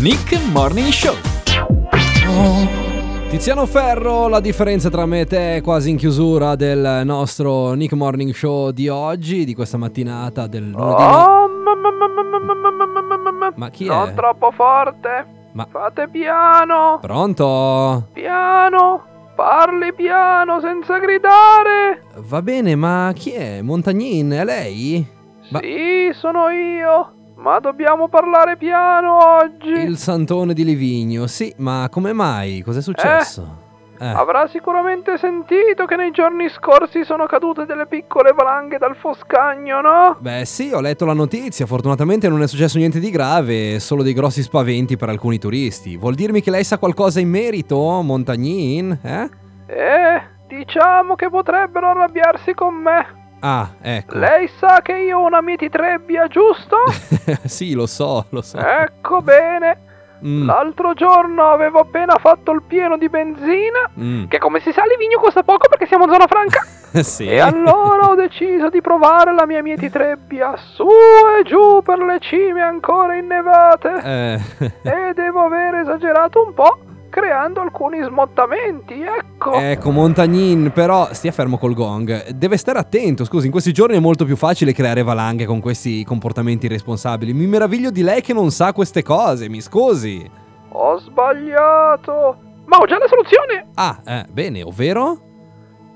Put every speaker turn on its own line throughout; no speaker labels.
Nick Morning Show. Tiziano Ferro, la differenza tra me e te è quasi in chiusura del nostro Nick Morning Show di oggi, di questa mattinata del lunedì. no-
Oh, ma, ma, ma, ma, ma, ma, ma, ma, ma, ma, ma, ma.
Ma chi
non
è?
troppo forte.
Ma-
Fate piano,
Pronto?
piano, parli piano senza gridare.
Va bene, ma chi è? Montagnin, è lei? Ma-
Sì, sono io, ma dobbiamo parlare piano oggi.
Il santone di Livigno, sì, ma come mai? Cos'è successo? Eh,
Avrà sicuramente sentito che nei giorni scorsi sono cadute delle piccole valanghe dal foscagno, no?
Beh sì, ho letto la notizia, fortunatamente non è successo niente di grave, solo dei grossi spaventi per alcuni turisti. Vuol dirmi che lei sa qualcosa in merito, Montagnin? Eh?
Eh, diciamo che potrebbero arrabbiarsi con me.
Ah, ecco.
Lei sa che io ho una mititrebbia, giusto?
sì, lo so, lo so.
Ecco bene.
Mm,
L'altro giorno avevo appena fatto il pieno di benzina,
mm.
che come si sa Livigno costa poco perché siamo in zona franca.
sì.
E allora ho deciso di provare la mia mititrebbia su e giù per le cime ancora innevate.
Eh,
E devo aver esagerato un po', creando alcuni smottamenti, ecco.
ecco, Montagnin, però stia fermo col gong. Deve stare attento, scusi, in questi giorni è molto più facile creare valanghe con questi comportamenti irresponsabili. Mi meraviglio di lei che non sa queste cose, mi scusi.
Ho sbagliato. Ma ho già la soluzione,
Ah, eh, bene, ovvero?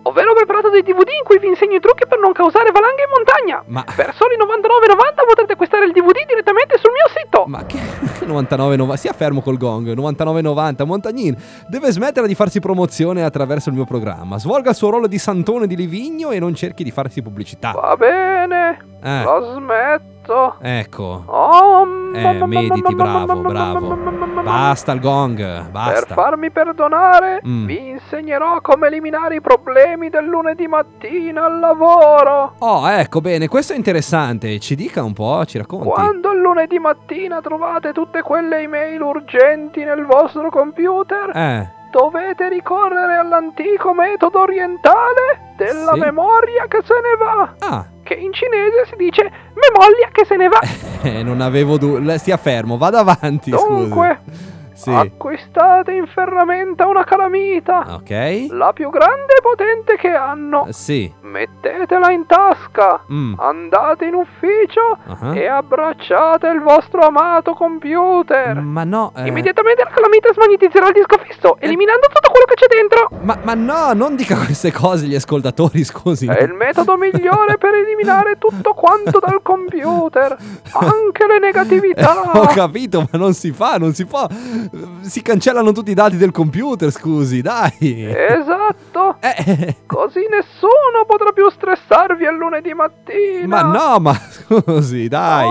ovvero ho preparato dei DVD in cui vi insegno i trucchi per non causare valanghe in montagna.
Ma...
Per soli 99,90 potrete acquistare il DVD direttamente sul mio sito.
Ma che 99,90? Sia fermo col gong. 99,90. Montagnin deve smettere di farsi promozione attraverso il mio programma. Svolga il suo ruolo di santone di Livigno e non cerchi di farsi pubblicità.
Va bene,
Eh,
lo smetto.
ecco.
Oh,
Eh, mediti, bravo, bravo. Basta il gong.
Per
Basta.
farmi perdonare,
Mm.
vi insegnerò come eliminare i problemi del lunedì mattina al lavoro.
Oh, ecco, bene. Questo è interessante. Ci dica un po', ci racconti.
Quando il lunedì mattina trovate tutte quelle email urgenti nel vostro computer,
Eh,
dovete ricorrere all'antico metodo orientale della
Sì.
memoria che se ne va.
ah.
Che in cinese si dice memoglia che se ne va.
Eh, non avevo du- Stia fermo, vada avanti.
Dunque, ah,
scusi. Sì.
Acquistate in ferramenta una calamita,
Ok.
la più grande e potente che hanno.
Ah. Eh, Sì.
Mettetela in tasca,
Mm.
andate in ufficio
Ah.
e abbracciate il vostro amato computer.
Ma no. eh.
Immediatamente la calamita smagnetizzerà il disco fisso, eliminando tutto quello che c'è dentro.
Ma, ma no, non dica queste cose agli ascoltatori, scusi.
È il metodo migliore per eliminare tutto quanto dal computer, anche le negatività.
Ho capito, ma non si fa, non si può. Si cancellano tutti i dati del computer, scusi, dai.
Esatto,
Eh,
così nessuno potrà più stressarvi al lunedì
ma
mattina.
no, ma scusi, dai.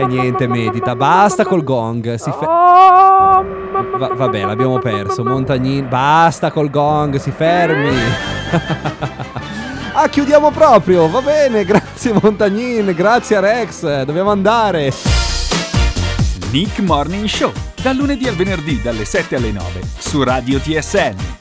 E niente, medita, basta col gong. Si fe- Va- vabbè, l'abbiamo perso. Montagnin, basta col gong, si fermi. ah, chiudiamo proprio, va bene. Grazie Montagnin, grazie a Rex, dobbiamo andare.
Nick Morning Show, dal lunedì al venerdì dalle 7 alle 9 su Radio TSN.